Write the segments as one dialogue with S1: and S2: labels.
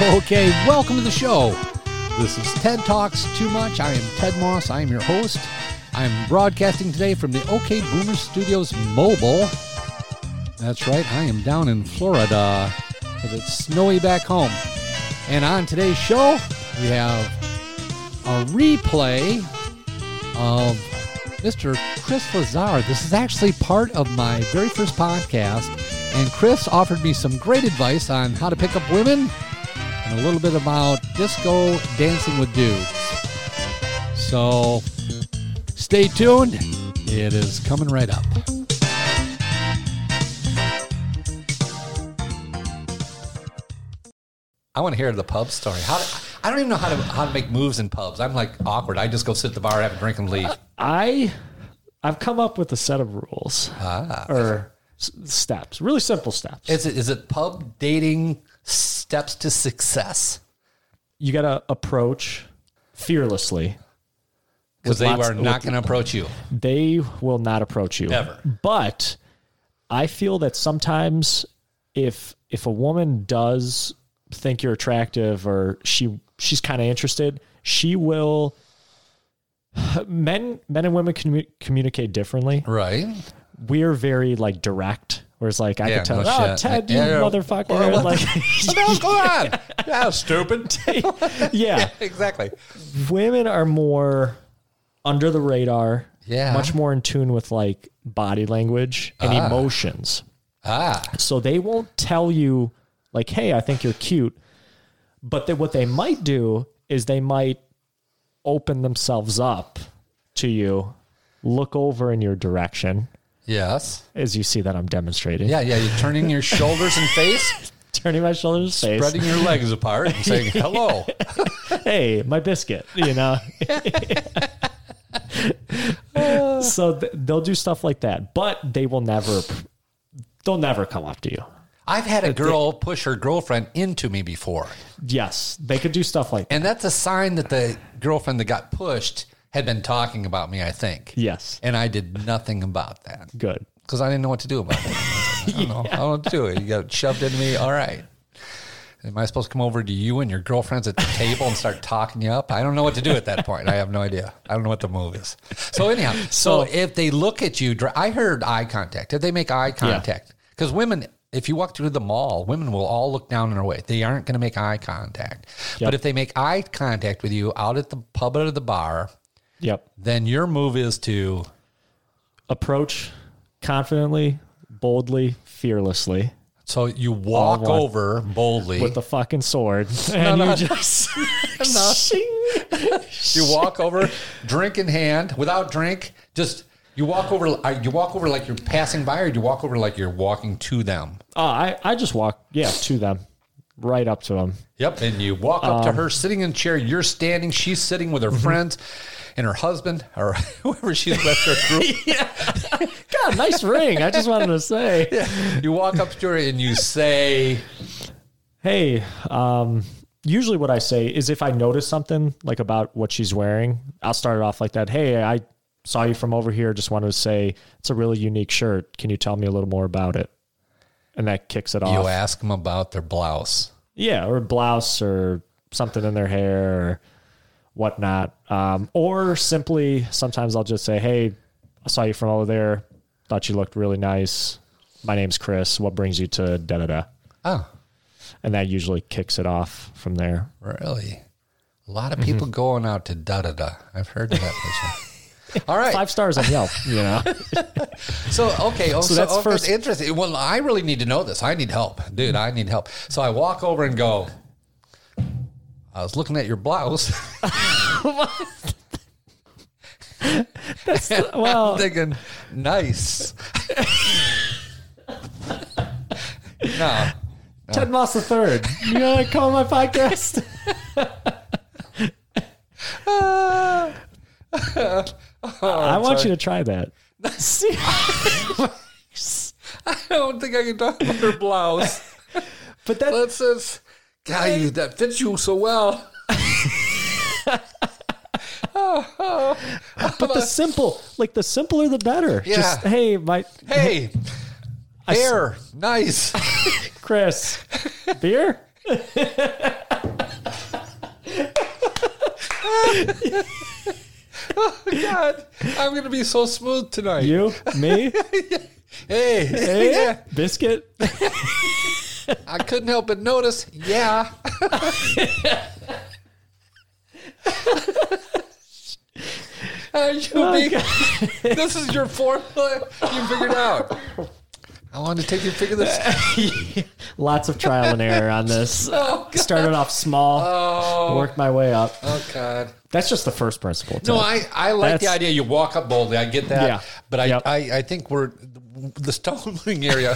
S1: Okay, welcome to the show. This is TED Talks Too Much. I am Ted Moss. I am your host. I'm broadcasting today from the OK Boomer Studios mobile. That's right, I am down in Florida because it's snowy back home. And on today's show, we have a replay of Mr. Chris Lazar. This is actually part of my very first podcast, and Chris offered me some great advice on how to pick up women and a little bit about disco dancing with dudes. So stay tuned, it is coming right up. I want to hear the pub story. How I don't even know how to how to make moves in pubs. I'm like awkward. I just go sit at the bar, have a drink, and leave.
S2: I I've come up with a set of rules or s- steps, really simple steps.
S1: Is it is it pub dating steps to success?
S2: you got to approach fearlessly.
S1: Because they
S2: lots-
S1: are not going to approach you.
S2: They will not approach you
S1: Ever.
S2: But I feel that sometimes if if a woman does think you're attractive or she she's kind of interested, she will men men and women commu- communicate differently.
S1: Right.
S2: we're very like direct. Whereas like I
S1: Yeah,
S2: could tell,
S1: no
S2: oh
S1: shit.
S2: Ted, you
S1: Yeah, yeah.
S2: motherfucker,
S1: Or what
S2: like
S1: What the hell's going on? That was stupid.
S2: yeah.
S1: exactly.
S2: Women are more under the radar,
S1: Yeah.
S2: much more in tune with like body language and emotions.
S1: Ah.
S2: So they won't tell you like, "Hey, I think you're cute," but then what they might do is they might open themselves up to you, look over in your direction
S1: Yes.
S2: as you see that I'm demonstrating,
S1: Yeah, yeah. You're turning your shoulders and face,
S2: turning my shoulders, face.
S1: spreading your legs apart, and saying hello.
S2: hey, my biscuit, you know. so th- they'll do stuff like that, but they will never, they'll never come up to you.
S1: I've had a girl push her girlfriend into me before,
S2: Yes, they could do stuff like that.
S1: and that's a sign that the girlfriend that got pushed had been talking about me. I think.
S2: Yes,
S1: And I did nothing about that
S2: good.
S1: because I didn't know what to do about it. I don't know. I don't know what to do. You got it shoved into me. All right. Am I supposed to come over to you and your girlfriends at the table and start talking you up? I don't know what to do at that point. I have no idea. I don't know what the move is. So anyhow, so, if they look at you, dr- I heard eye contact. If they make eye contact, because women, if you walk through the mall, women will all look down in their way. They aren't going to make eye contact. But if they make eye contact with you out at the pub or the bar,
S2: Yep.
S1: then your move is to
S2: Approach confidently, boldly, fearlessly
S1: So you walk
S2: All one.
S1: over boldly.
S2: with the fucking sword, and you just Shing.
S1: you walk over, drink in hand, without drink. Just you walk over. uh, You walk over like you're passing by, or you walk over like you're walking to them.
S2: Oh, I I just walk yeah to them, right up to them.
S1: Yep. And you walk up to her, sitting in a chair. You're standing. She's sitting with her friends and her husband, or whoever she's with. Her group.
S2: God, nice ring. I just wanted to say.
S1: You walk up to her and you say,
S2: hey um usually what i say is if i notice something like about what she's wearing i'll start it off like that hey i saw you from over here just wanted to say it's a really unique shirt can you tell me a little more about it and that kicks it
S1: "You
S2: off
S1: ask them about their blouse."
S2: yeah or blouse or something in their hair or whatnot um, or simply sometimes i'll just say hey i saw you from over there thought you looked really nice my name's chris what brings you to da da da
S1: Oh,
S2: and that usually kicks it off from there
S1: really? A lot of people going out to da da da. I've heard of that. before. All right.
S2: five stars on Yelp. You know,
S1: So okay, oh, so,
S2: that's
S1: okay,
S2: first-
S1: that's interesting. Well, I really need to know this. I need help, dude. I need help. So I walk over and go. I was looking at your blouse.
S2: well,
S1: thinking, nice. no,
S2: Ted Moss the third. You gotta call my podcast. Oh, I want you to try that.
S1: I don't think I can talk about your blouse.
S2: But that
S1: That says, "Guy, you, that fits you so well."
S2: but the simple, like the simpler the better. Just
S1: Yeah.
S2: hey, my
S1: Hey, hair, nice.
S2: Chris, beer.
S1: God, I'm gonna be so smooth tonight.
S2: You, me,
S1: Hey,
S2: eh?
S1: yeah,
S2: biscuit.
S1: I couldn't help but notice. Yeah, Are you being- this is your formula. You figured out. I wanted to take you figure this.
S2: Lots of trial and error on this.
S1: Oh, God.
S2: Started off small, worked my way up.
S1: Oh God.
S2: That's just the first principle.
S1: No,
S2: Ted.
S1: I, I like the
S2: That's-
S1: idea. You walk up boldly. I get that.
S2: Yeah.
S1: But I,
S2: Yep.
S1: I, I think we're the stumbling area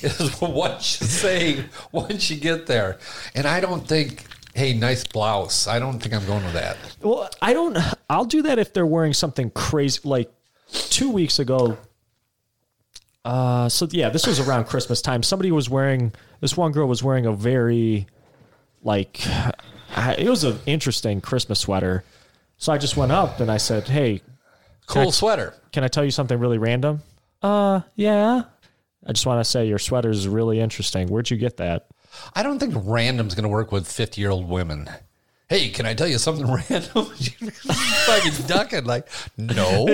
S1: is what you say once you get there. And I don't think, hey, nice blouse. I don't think I'm going with that.
S2: Well, I don't. I'll do that if they're wearing something crazy. Like two weeks ago. Uh, so yeah, this was around Christmas time. Somebody was wearing this one girl was wearing a very, like, I- it was an interesting Christmas sweater. So I just went up and I said, "Hey,
S1: Cool
S2: Correct.
S1: sweater.
S2: can I tell you something really random? Uh, yeah. I just want to say your sweater is really interesting. Where'd you get that?
S1: I don't think random's going to work with 50 year old women. Hey, can I tell you something random? Fucking ducking. Like, no.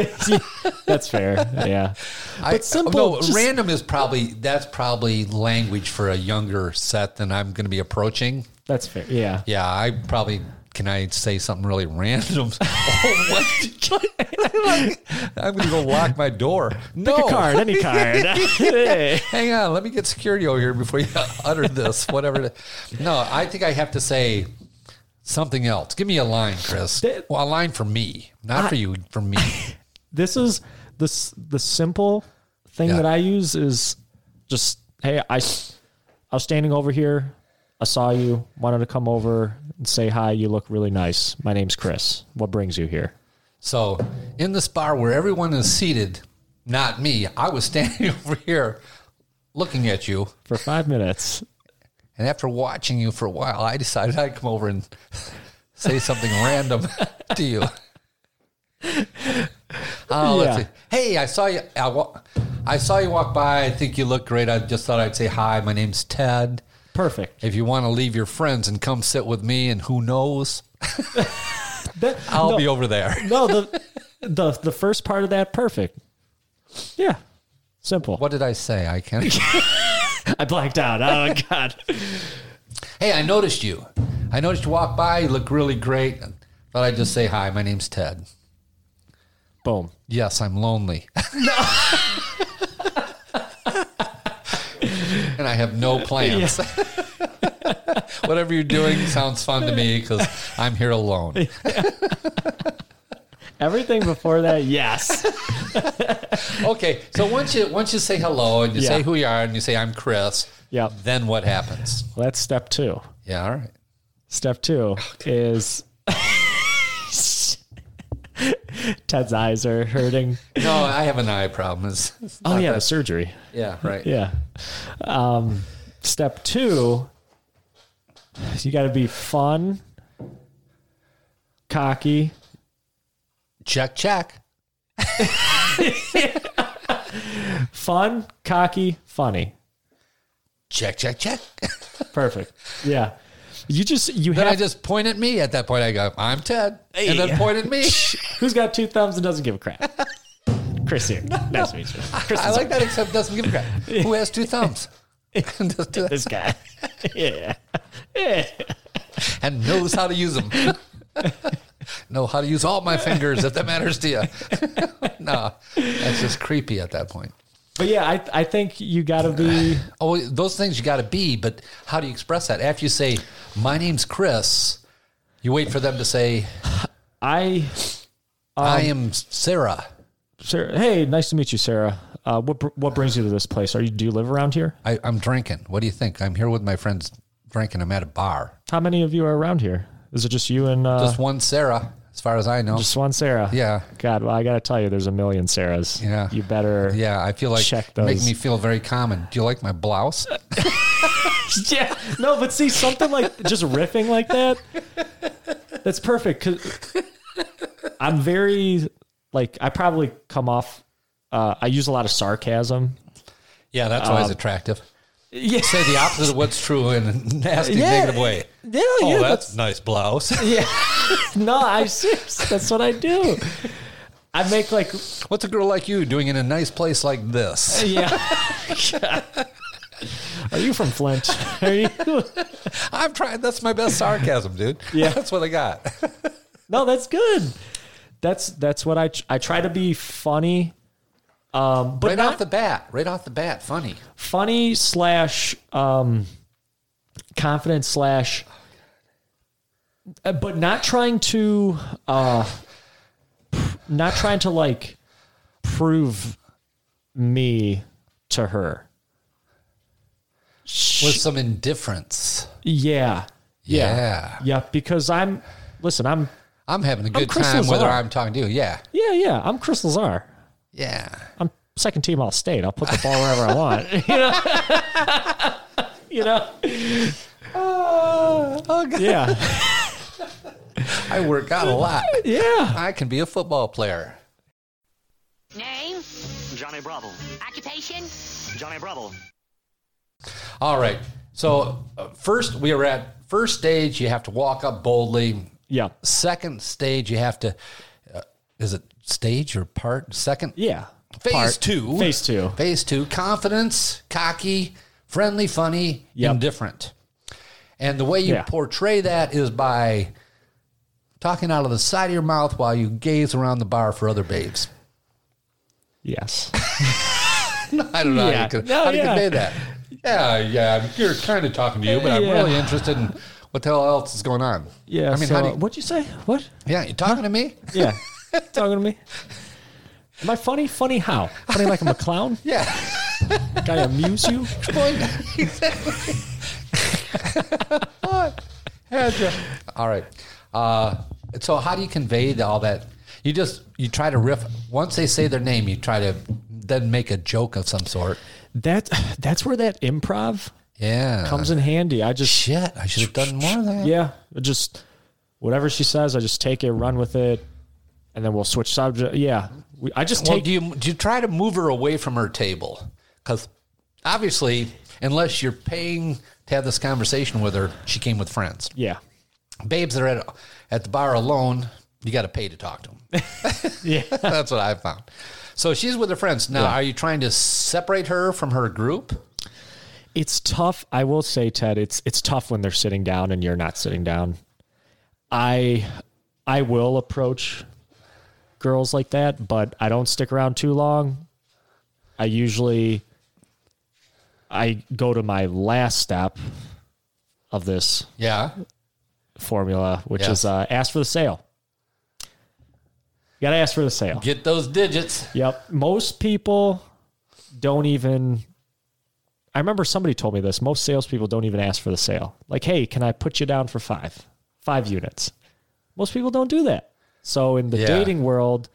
S2: That's fair. yeah.
S1: I,
S2: But simple,
S1: No,
S2: just-
S1: random is probably, that's probably language for a younger set than I'm going to be approaching.
S2: That's fair. Yeah.
S1: Yeah, I probably can I say something really random. oh, what? I'm gonna go lock my door. No,
S2: Pick a card, any card. Hey.
S1: hang on. Let me get security over here before you utter this. Whatever. it is. No, I think I have to say something else. Give me a line, Chris.
S2: That-
S1: Well, a line for me, not for you. For me.
S2: This is the s- the simple thing
S1: Yeah.
S2: that I use is just hey, I s- I was standing over here. I saw you. Wanted to come over and say hi. You look really nice. My name's Chris. What brings you here?
S1: So, in this bar where everyone is seated, not me. I was standing over here, looking at you.
S2: For five minutes.
S1: And after watching you for a while, I decided I'd come over and say something random to you. Oh, let's
S2: Yeah.
S1: see. Hey, I saw you. I, wa- I saw you walk by. I think you look great. I just thought I'd say hi. My name's Ted.
S2: Perfect.
S1: If you want to leave your friends and come sit with me, and who knows,
S2: That-
S1: I'll
S2: no.
S1: be over there.
S2: No, the the the first part of that perfect. Yeah. Simple.
S1: What did I say? I can't.
S2: I blacked out. Oh god.
S1: hey, I noticed you. I noticed you walk by. You look really great. Thought I'd just say hi. My name's Ted.
S2: Boom.
S1: Yes, I'm lonely. and I have no plans. Whatever you're doing sounds fun to me because I'm here alone.
S2: Everything before that, yes.
S1: Okay, so once you once you say hello and you
S2: Yeah.
S1: say who you are and you say I'm Chris,
S2: Yep.
S1: then what happens?
S2: Well, that's step two.
S1: Yeah, all right.
S2: Step two is Ted's eyes are hurting.
S1: No, I have an eye problem. It's, it's
S2: Oh
S1: not
S2: yeah, the
S1: that-
S2: surgery.
S1: yeah, right.
S2: Yeah. Um, step two, you got to be fun, cocky,
S1: Check, check.
S2: fun, cocky, funny.
S1: Check, check, check.
S2: Perfect. Yeah. You just you
S1: Then I
S2: have
S1: just point at me. At that point, I go, I'm Ted. And
S2: Hey.
S1: then point at me.
S2: who's got two thumbs and doesn't give a crap. Chris here. Nice to meet you. Chris
S1: I
S2: is
S1: like that, except doesn't give a crap. Who has two thumbs? and, just do that.
S2: this guy. yeah. yeah.
S1: And knows how to use them. know how to use all my fingers if that matters to you. no, that's just creepy at that point.
S2: But yeah, I I think you gotta be
S1: Oh, those things you got to be, but how do you express that? After you say, "My name's Chris," you wait for them to say,
S2: I Um,
S1: "I am Sarah."
S2: Sarah, hey, nice to meet you, Sarah. Uh, what br- what brings you to this place? Are you do you live around here?
S1: I, I'm drinking. What do you think? I'm here with my friends drinking. I'm at a bar.
S2: How many of you are around here? Is it just you and uh,
S1: Just
S2: just,
S1: one Sarah, as far as I know.
S2: one Sarah?
S1: Yeah.
S2: God, well, I gotta tell you, there's a million Sarahs.
S1: Yeah.
S2: You better.
S1: Yeah, I feel like
S2: Check
S1: make
S2: those.
S1: me feel very common. Do you like my blouse?
S2: yeah. No, but see, something like just riffing like that, that's perfect. Cause I'm very, like, I probably come off, uh, I use a lot of sarcasm. Uh,
S1: Yeah, that's always attractive.
S2: Yeah.
S1: Say the opposite of what's true in a nasty,
S2: Yeah.
S1: negative way.
S2: Yeah,
S1: oh,
S2: yeah,
S1: that's, nice blouse.
S2: Yeah. no, I serious. That's what I do. I make like
S1: What's a girl like you doing in a nice place like this?
S2: yeah. Are you from Flint? Are you?
S1: I'm trying. That's my best sarcasm, dude.
S2: Yeah.
S1: that's what I got.
S2: No, that's good. That's that's what I tr- I try to be funny, um, but
S1: right
S2: not
S1: off the bat, right off the bat, funny.
S2: funny slash um, confident slash, uh, but not trying to uh, pr- not trying to like prove me to her.
S1: With some indifference.
S2: Yeah.
S1: Yeah.
S2: Yeah. Because I'm, listen, I'm,
S1: I'm having a good
S2: Crystal
S1: time whether
S2: Czar.
S1: I'm talking to you. Yeah.
S2: yeah, yeah, I'm Chris Lazar.
S1: Yeah.
S2: I'm second team all state. I'll put the ball wherever I want. You know? you know?
S1: Oh, God.
S2: Yeah.
S1: I work out a lot.
S2: Yeah.
S1: I can be a football player.
S3: Name,
S4: Johnny Bravo.
S3: occupation,
S4: Johnny Bravo.
S1: All right. So, uh, first, we are at first stage. You have to walk up boldly.
S2: Yeah.
S1: Second stage, you have to, uh, is it stage or part? Second?
S2: Yeah.
S1: Phase
S2: Part-
S1: two.
S2: Phase two.
S1: Phase two confidence, cocky, friendly, funny,
S2: Yep.
S1: indifferent. And the way you
S2: Yeah.
S1: portray that is by talking out of the side of your mouth while you gaze around the bar for other babes.
S2: Yes.
S1: I don't know how
S2: Yeah.
S1: you, could,
S2: No,
S1: how do you
S2: yeah.
S1: convey that. Yeah, yeah, you're kind of talking to you, but I'm
S2: Yeah.
S1: really interested in what the hell else is going on.
S2: Yeah.
S1: I mean,
S2: so,
S1: how do you,
S2: what'd you say? What?
S1: yeah, you talking to me?
S2: Yeah. Talking to me? Am I funny? Funny how? Funny like I'm a clown?
S1: Yeah.
S2: Like I amuse you?
S1: All right. Uh, so how do you convey the- all that? You just you try to riff once they say their name. You try to then make a joke of some sort.
S2: That that's where that improv
S1: Yeah.
S2: comes in handy. I just
S1: Shit, I should have done more of that.
S2: Yeah, I just whatever she says, I just take it, run with it, and then we'll switch subject. Yeah, we, I just
S1: Well,
S2: take.
S1: do you do you try to move her away from her table? Because obviously, unless you're paying to have this conversation with her, she came with friends.
S2: yeah,
S1: Babes that are at at the bar alone. You got to pay to talk to them.
S2: yeah,
S1: That's what I found. So she's with her friends. Now, are you trying to separate her from her group?
S2: it's tough. I will say, Ted, it's it's tough when they're sitting down and you're not sitting down. I I will approach girls like that, but I don't stick around too long. I usually I go to my last step of this
S1: Yeah.
S2: formula, which
S1: Yes.
S2: is uh, ask for the sale. You gotta ask for the sale.
S1: Get those digits.
S2: Yep. Most people don't even. I remember somebody told me this. Most salespeople don't even ask for the sale. Like, hey, can I put you down for five, five units? Most people don't do that. So in the
S1: Yeah.
S2: dating world,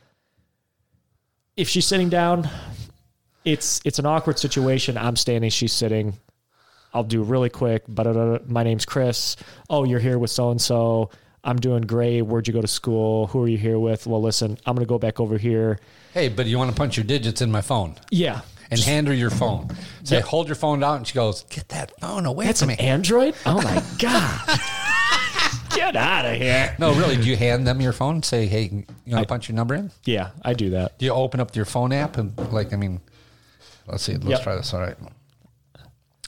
S2: if she's sitting down, it's it's an awkward situation. I'm standing, she's sitting. I'll do really quick. But uh, my name's Chris. Oh, you're here with so and so. I'm doing great. Where'd you go to school? Who are you here with? Well, listen, I'm gonna go back over here.
S1: Hey, but you want to punch your digits in my phone
S2: Yeah.
S1: and hand her your phone. Say,
S2: Yeah.
S1: hold your phone out. And she goes, get that phone away
S2: That's
S1: from
S2: an
S1: me.
S2: Android? Oh my God. Get out of here.
S1: no, really. Do you hand them your phone? Say, hey, you want to punch your number in?
S2: Yeah, I do that.
S1: Do you open up your phone app? And, like, I mean, let's see. Let's
S2: Yep.
S1: try this. All right.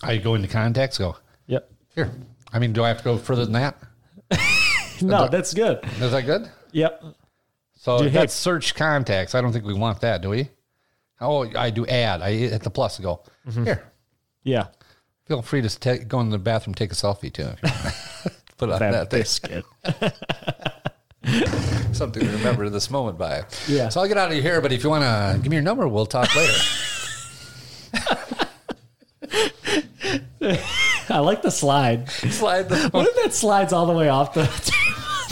S1: I go into contacts, go,
S2: Yep.
S1: here. I mean, do I have to go further than that?
S2: No, that's good.
S1: Is that good?
S2: Yep.
S1: So
S2: Do you
S1: that's
S2: have-
S1: search contacts. I don't think we want that, do we? Oh, I do add. I hit the plus and go
S2: Mm-hmm.
S1: here.
S2: Yeah.
S1: Feel free to ta- go in the bathroom, take a selfie too. If you want. Put on
S2: That
S1: that thing,
S2: biscuit.
S1: something to remember this moment by.
S2: Yeah.
S1: So I'll get out of here, but if you want to give me your number, we'll talk later.
S2: I like the slide.
S1: Slide the.
S2: What if that slides all the way off the.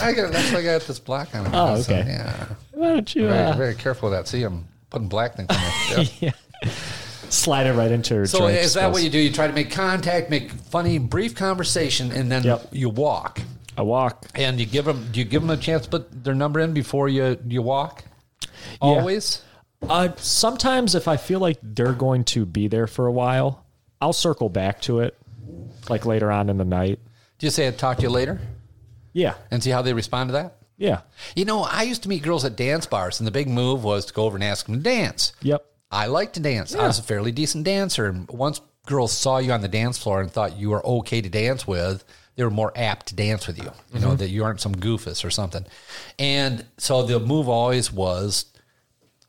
S1: I got. That's why I got this black on. it.
S2: Oh,
S1: So,
S2: okay.
S1: yeah.
S2: Why don't you
S1: Very,
S2: uh,
S1: very careful with that. See, I'm putting black things on there. Yeah.
S2: yeah. slide it right into her
S1: So
S2: drink
S1: is that what
S2: space.
S1: you do? You try to make contact, make funny, brief conversation, and then
S2: Yep.
S1: you walk.
S2: I walk.
S1: And you give them? Do you give them a chance to put their number in before you you walk? Always.
S2: Uh, sometimes if I feel like they're going to be there for a while, I'll circle back to it like later on in the night.
S1: Do you say I'd talk to you later
S2: Yeah.
S1: and see how they respond to that?
S2: Yeah.
S1: You know, I used to meet girls at dance bars, and the big move was to go over and ask them to dance.
S2: Yep.
S1: I like to dance. I was a fairly decent dancer. And once girls saw you on the dance floor and thought you were okay to dance with, they were more apt to dance with you, you know, that you aren't some goofus or something. And so the move always was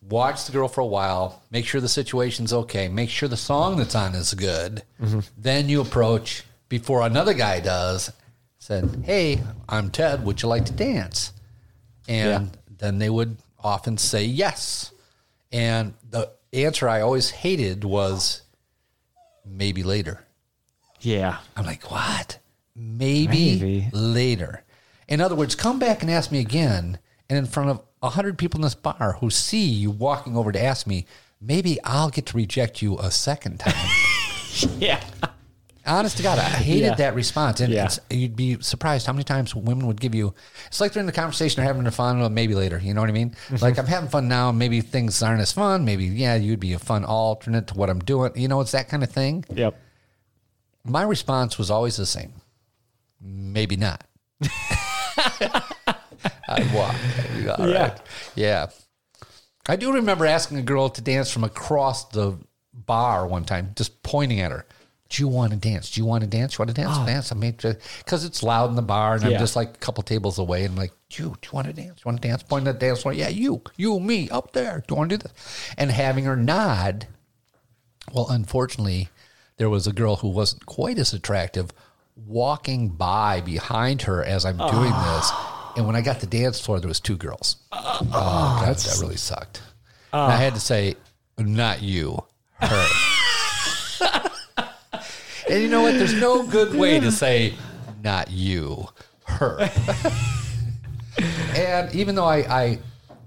S1: watch the girl for a while, make sure the situation's okay, make sure the song that's on is good. Then you approach before another guy does, said, Hey, I'm Ted. Would you like to dance? And then they would often say yes. And the answer I always hated was maybe later.
S2: Yeah.
S1: I'm like, what? Maybe,
S2: Maybe.
S1: later. In other words, come back and ask me again. And in front of 100 people in this bar who see you walking over to ask me, maybe I'll get to reject you a second time.
S2: Yeah.
S1: Honest to God, I hated
S2: Yeah.
S1: that response. And
S2: Yeah.
S1: it's, you'd be surprised how many times women would give you. It's like they're in the conversation, they're having their fun, well, maybe later. You know what I mean?
S2: Mm-hmm.
S1: Like, I'm having fun now. Maybe things aren't as fun. Maybe, yeah, you'd be a fun alternate to what I'm doing. You know, it's that kind of thing.
S2: Yep.
S1: My response was always the same. Maybe not. I walk.
S2: Yeah.
S1: Yeah. I do remember asking a girl to dance from across the bar one time, just pointing at her. Do you want to dance? Do you want to dance? You want to dance? Dance. I mean, because it's loud in the bar, and I'm
S2: Yeah.
S1: just like a couple tables away, and I'm like, you, do you want to dance? You want to dance? Pointing at the dance floor. Yeah, you, you, me, up there. Do you want to do this? And having her nod. Well, unfortunately, there was a girl who wasn't quite as attractive walking by behind her as I'm doing this. And when I got to the dance floor, there was two girls. Oh, God, that really sucked. And I had to say, not you, her. and you know what? There's no good way to say, not you, her. and even though I, I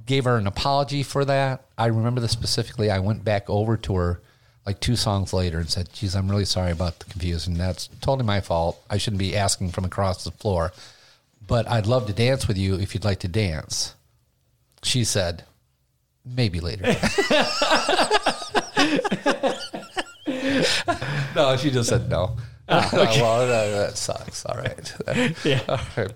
S1: gave her an apology for that, I remember this specifically. I went back over to her like two songs later and said, geez, I'm really sorry about the confusion. That's totally my fault. I shouldn't be asking from across the floor. But I'd love to dance with you if you'd like to dance. She said, maybe later. no, she just said no. well, that, that sucks. All right.
S2: Ah, Yeah.
S1: All right.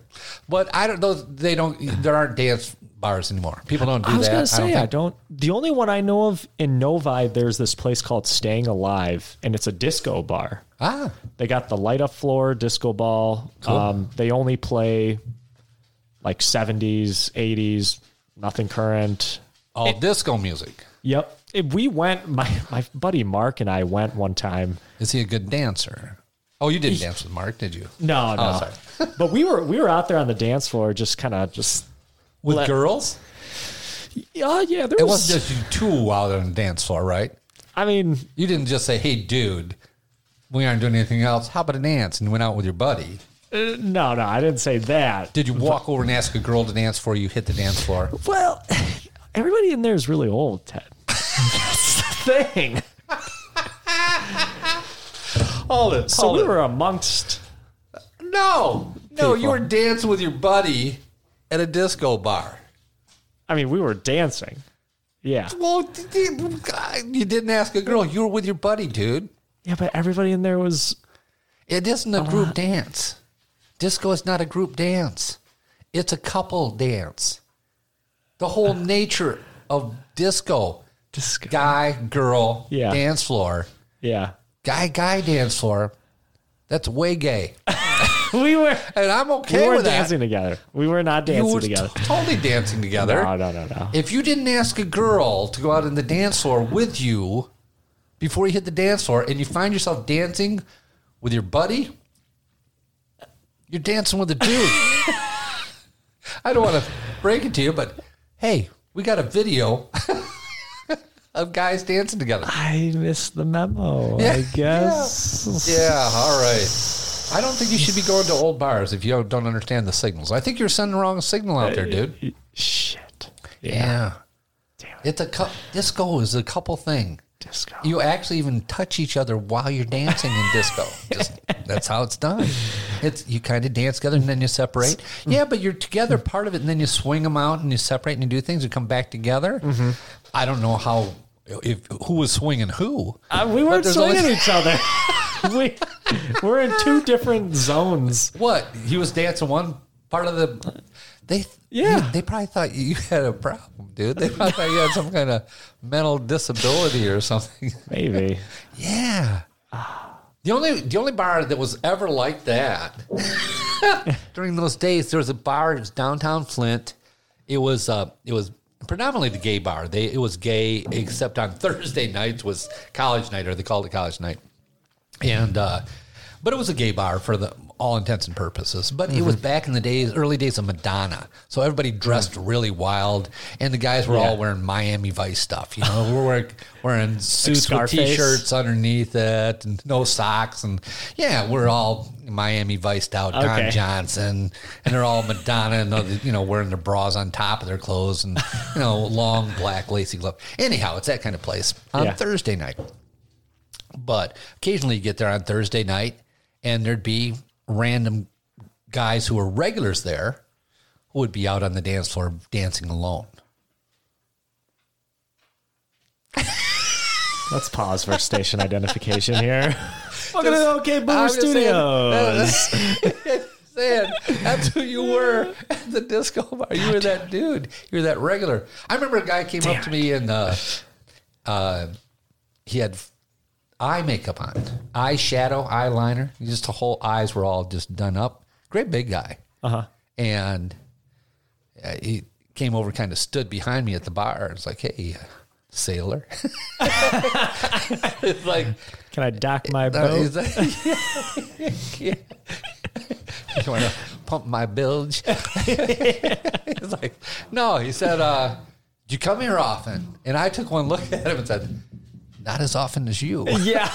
S1: But I don't. Those they don't. There aren't dance bars anymore. People don't do
S2: I was
S1: that.
S2: gonna say I don't,
S1: think.
S2: The only one I know of in Novi, there's this place called Staying Alive, and it's a disco bar.
S1: Ah,
S2: They got the light up floor, disco ball. Um, they only play like 70s, 80s, nothing current.
S1: all oh, disco music.
S2: Yep. If we went, my, my buddy Mark and I went one time.
S1: Is he a good dancer? Oh, you didn't dance with Mark, did you? Oh,
S2: No, no.
S1: sorry.
S2: Uh, but we were we were out there on the dance floor, just kind of just
S1: With
S2: Let-
S1: girls?
S2: yeah, yeah. There
S1: It
S2: was.
S1: wasn't just you two out on the dance floor, right?
S2: I mean,
S1: You didn't just say, "Hey, dude, we aren't doing anything else. How about a dance?" And you went out with your buddy.
S2: uh, no, no. I didn't say that.
S1: Did you walk over and ask a girl to dance for you? Hit the dance floor.
S2: Well, everybody in there is really old, Ted. That's the thing.
S1: All it.
S2: So we were amongst.
S1: No, no, you
S2: People.
S1: were dancing with your buddy at a disco bar.
S2: I mean, we were dancing. Yeah.
S1: Well, d- d- you didn't ask a girl. You were with your buddy, dude.
S2: Yeah, but everybody in there was.
S1: It isn't a group dance. Disco is not a group dance. It's a couple dance. The whole nature of disco,
S2: Disco.
S1: guy girl
S2: Yeah.
S1: dance floor,
S2: Yeah.
S1: guy guy dance floor. That's way gay,
S2: We were.
S1: and I'm
S2: We
S1: okay
S2: were
S1: with that.
S2: dancing together. We were not
S1: you
S2: dancing
S1: were
S2: together.
S1: t- totally dancing together.
S2: No, no, no, no.
S1: If you didn't ask a girl to go out on the dance floor with you before you hit the dance floor and you find yourself dancing with your buddy, you're dancing with a dude. I don't want to break it to you, but hey, we got a video of guys dancing together.
S2: I missed the memo.
S1: Yeah,
S2: I
S1: yeah.
S2: guess.
S1: Yeah, all right. I don't think you should be going to old bars if you don't- don't understand the signals. I think you're sending the wrong signal out there, dude.
S2: Shit.
S1: Yeah.
S2: Damn it.
S1: It's a cou- disco is a couple thing.
S2: Disco.
S1: You actually even touch each other while you're dancing in disco. Just, that's how it's done. It's you kind of dance together and then you separate.
S2: Mm-hmm.
S1: Yeah, but you're together
S2: Mm-hmm.
S1: part of it, and then you swing them out and you separate and you do things and come back together. I don't know how if who was swinging who.
S2: Uh, we weren't
S1: there's always-
S2: swinging each other. we, we're in two different zones.
S1: What he was dancing one part of the. They
S2: Yeah.
S1: They, probably thought you had a problem, dude. They probably thought you had some kind of mental disability or something.
S2: Maybe.
S1: Yeah. The only the only bar that was ever like that during those days, there was a bar. It was downtown Flint. It was uh, it was predominantly the gay bar. They it was gay, except on Thursday nights was college night, or they called it college night. And uh, but it was a gay bar for the all intents and purposes. But it
S2: Mm-hmm.
S1: was back in the days, early days of Madonna. So everybody dressed really wild, and the guys were all
S2: Mm. Yeah.
S1: wearing Miami Vice stuff. You know, we're wearing, wearing suits with
S2: Scarface.
S1: t-shirts underneath it and no socks and yeah we're all miami viced out don
S2: Okay.
S1: johnson and they're all madonna and other, you know wearing their bras on top of their clothes and you know long black lacy glove anyhow it's that kind of place on
S2: Yeah.
S1: thursday night but occasionally you get there on thursday night and there'd be random guys who were regulars there who would be out on the dance floor dancing alone
S2: Let's pause for station identification here. Welcome to the OK
S1: I
S2: Boomer
S1: was saying- uh,
S2: Studios.
S1: saying that's who you were at the disco bar. You were that dude. You were that regular. I remember a guy came up to me and uh, uh, he had eye makeup on, eye shadow, eyeliner. Just the whole eyes were all just done up. Great big guy. Uh huh. And uh, he came over, kind of stood behind me at the bar. and was like, "Hey, uh, sailor." it's like.
S2: Can I dock my
S1: That
S2: boat?
S1: is- Yeah. you want to pump my bilge? He's like, no. He said, uh, "Do you come here often?" And I took one look at him and said, "Not as often as you.
S2: yeah.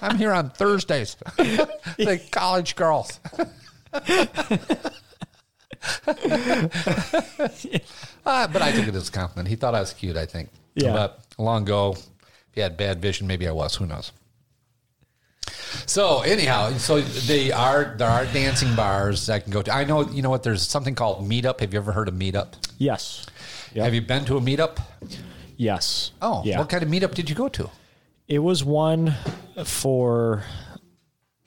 S1: I'm here on Thursdays, like college girls." Ah, Uh, but I took it as a compliment. He thought I was cute. I think.
S2: Yeah.
S1: But long ago, if he had bad vision, maybe I was. Who knows? So anyhow, so they are there are dancing bars that I can go to. I know you know what. There's something called Meetup. Have you ever heard of Meetup?
S2: Yes. Yep.
S1: Have you been to a Meetup?
S2: Yes.
S1: Oh,
S2: yeah.
S1: what kind of Meetup did you go to?
S2: It was one for,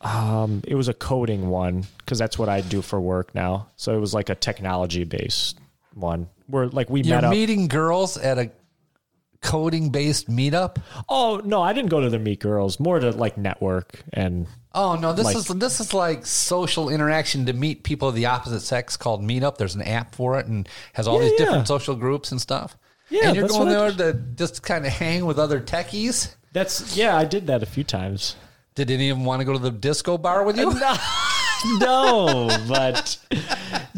S2: um, it was a coding one because that's what I do for work now. So it was like a technology based one where like we
S1: You're
S2: met up.
S1: meeting girls at a coding based Meetup.
S2: oh no, I didn't go to the Meet Girls. More to like network and
S1: Oh no, this
S2: Like-
S1: is this is like social interaction to meet people of the opposite sex called Meetup. There's an app for it and has all
S2: Yeah,
S1: these
S2: yeah.
S1: different social groups and stuff.
S2: Yeah,
S1: and you're
S2: that's
S1: going
S2: what I
S1: there to just kind of hang with other techies.
S2: that's yeah. I did that a few times.
S1: Did any of them want to go to the disco bar with you?
S2: No, no, but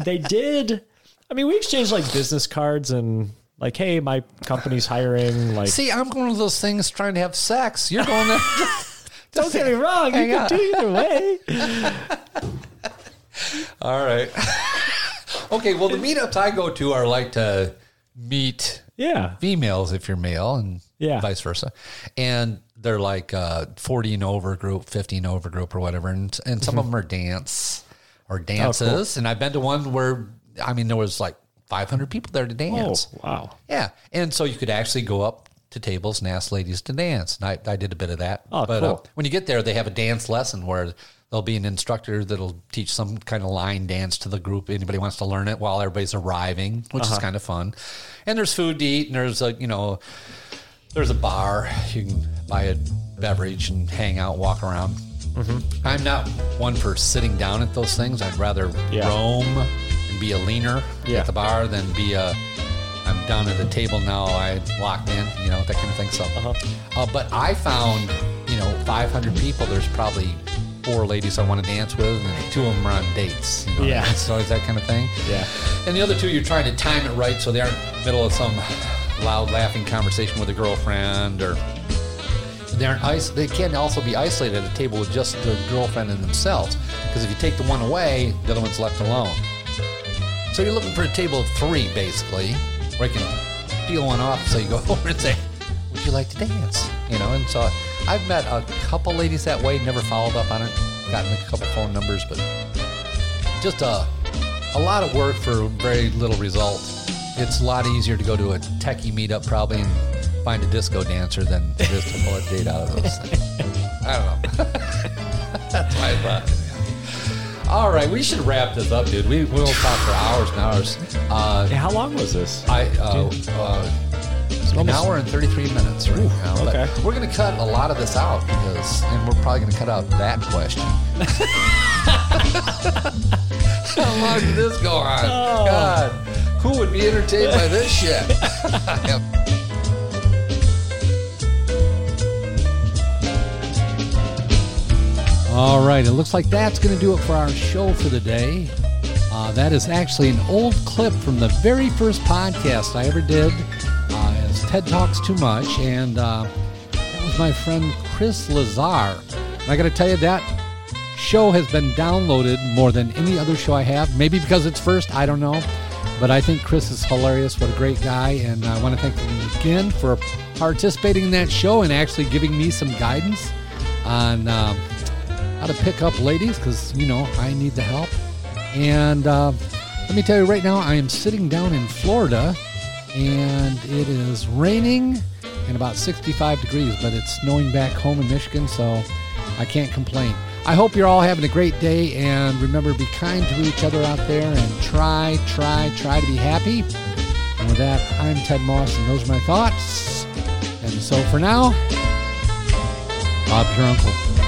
S2: they did. I mean, we exchanged like business cards and like, hey, my company's hiring. Like,
S1: See, I'm going to those things trying to have sex. You're going there.
S2: don't get me wrong, you
S1: Hang
S2: can
S1: on.
S2: do either way.
S1: all right. okay. Well, the meetups I go to are like to meet
S2: Yeah,
S1: females if you're male and
S2: Yeah.
S1: vice versa. And they're like uh, 40 and over group, 50 and over group or whatever. And, and some of
S2: Mm-hmm.
S1: them are dance
S2: Oh,
S1: or dances. And I've been to one where, I mean, there was like 500 people there to dance.
S2: Oh, wow.
S1: Yeah. And so you could actually go up to tables and ask ladies to dance. And I, I did a bit of that.
S2: Oh,
S1: but uh,
S2: cool.
S1: when you get there, they have a dance lesson where there'll be an instructor that'll teach some kind of line dance to the group. Anybody wants to learn it while everybody's arriving, which
S2: Uh-huh.
S1: is kind of fun. And there's food to eat, and there's a, you know, there's a bar. You can buy a beverage and hang out, walk around.
S2: Mm-hmm.
S1: I'm not one for sitting down at those things. I'd rather
S2: Yeah.
S1: roam and be a leaner
S2: Yeah.
S1: at the bar than be a. I'm down at the table now. I locked in, you know that kind of thing. So,
S2: Uh-huh.
S1: uh but I found, you know, 500 people. There's probably four ladies I want to dance with, and two of them are on dates. You know what I
S2: Yeah.
S1: mean? So it's that kind of thing.
S2: Yeah.
S1: And the other two, you're trying to time it right so they aren't in the middle of some loud laughing conversation with a girlfriend or they're in ice. They can also be isolated at a table with just their girlfriend and themselves. Because if you take the one away, the other one's left alone. So you're looking for a table of three, basically, where you can peel one off. So you go over and say, "Would you like to dance?" You know. And so I've met a couple ladies that way. Never followed up on it. Gotten a couple phone numbers, but just a a lot of work for very little result. It's a lot easier to go to a techie meetup probably and find a disco dancer than it is to pull a date out of those things. I don't know. That's my thought. All right, we should wrap this up, dude. We we will talk for hours and hours. Uh,
S2: Hey, how long was this?
S1: I uh, uh, an hour and thirty three minutes right now. But
S2: okay.
S1: we're gonna cut a lot of this out because, and we're probably gonna cut out that question. How long did this go on? God, who would be entertained by this shit? All right, it looks like that's going to do it for our show for the day. Uh, that is actually an old clip from the very first podcast I ever did uh, as TED Talks Too Much, and uh, that was my friend Chris Lazar. And I got to tell you, that show has been downloaded more than any other show I have. Maybe because it's first, I don't know. But I think Chris is hilarious. What a great guy. And I want to thank him again for participating in that show and actually giving me some guidance on um, how to pick up ladies because, you know, I need the help. And uh, let me tell you right now, I am sitting down in Florida and it is raining and about 65 degrees, but it's snowing back home in Michigan, so I can't complain. I hope you're all having a great day and remember be kind to each other out there and try, try, try to be happy. And with that, I'm Ted Moss and those are my thoughts. And so for now, Bob your uncle.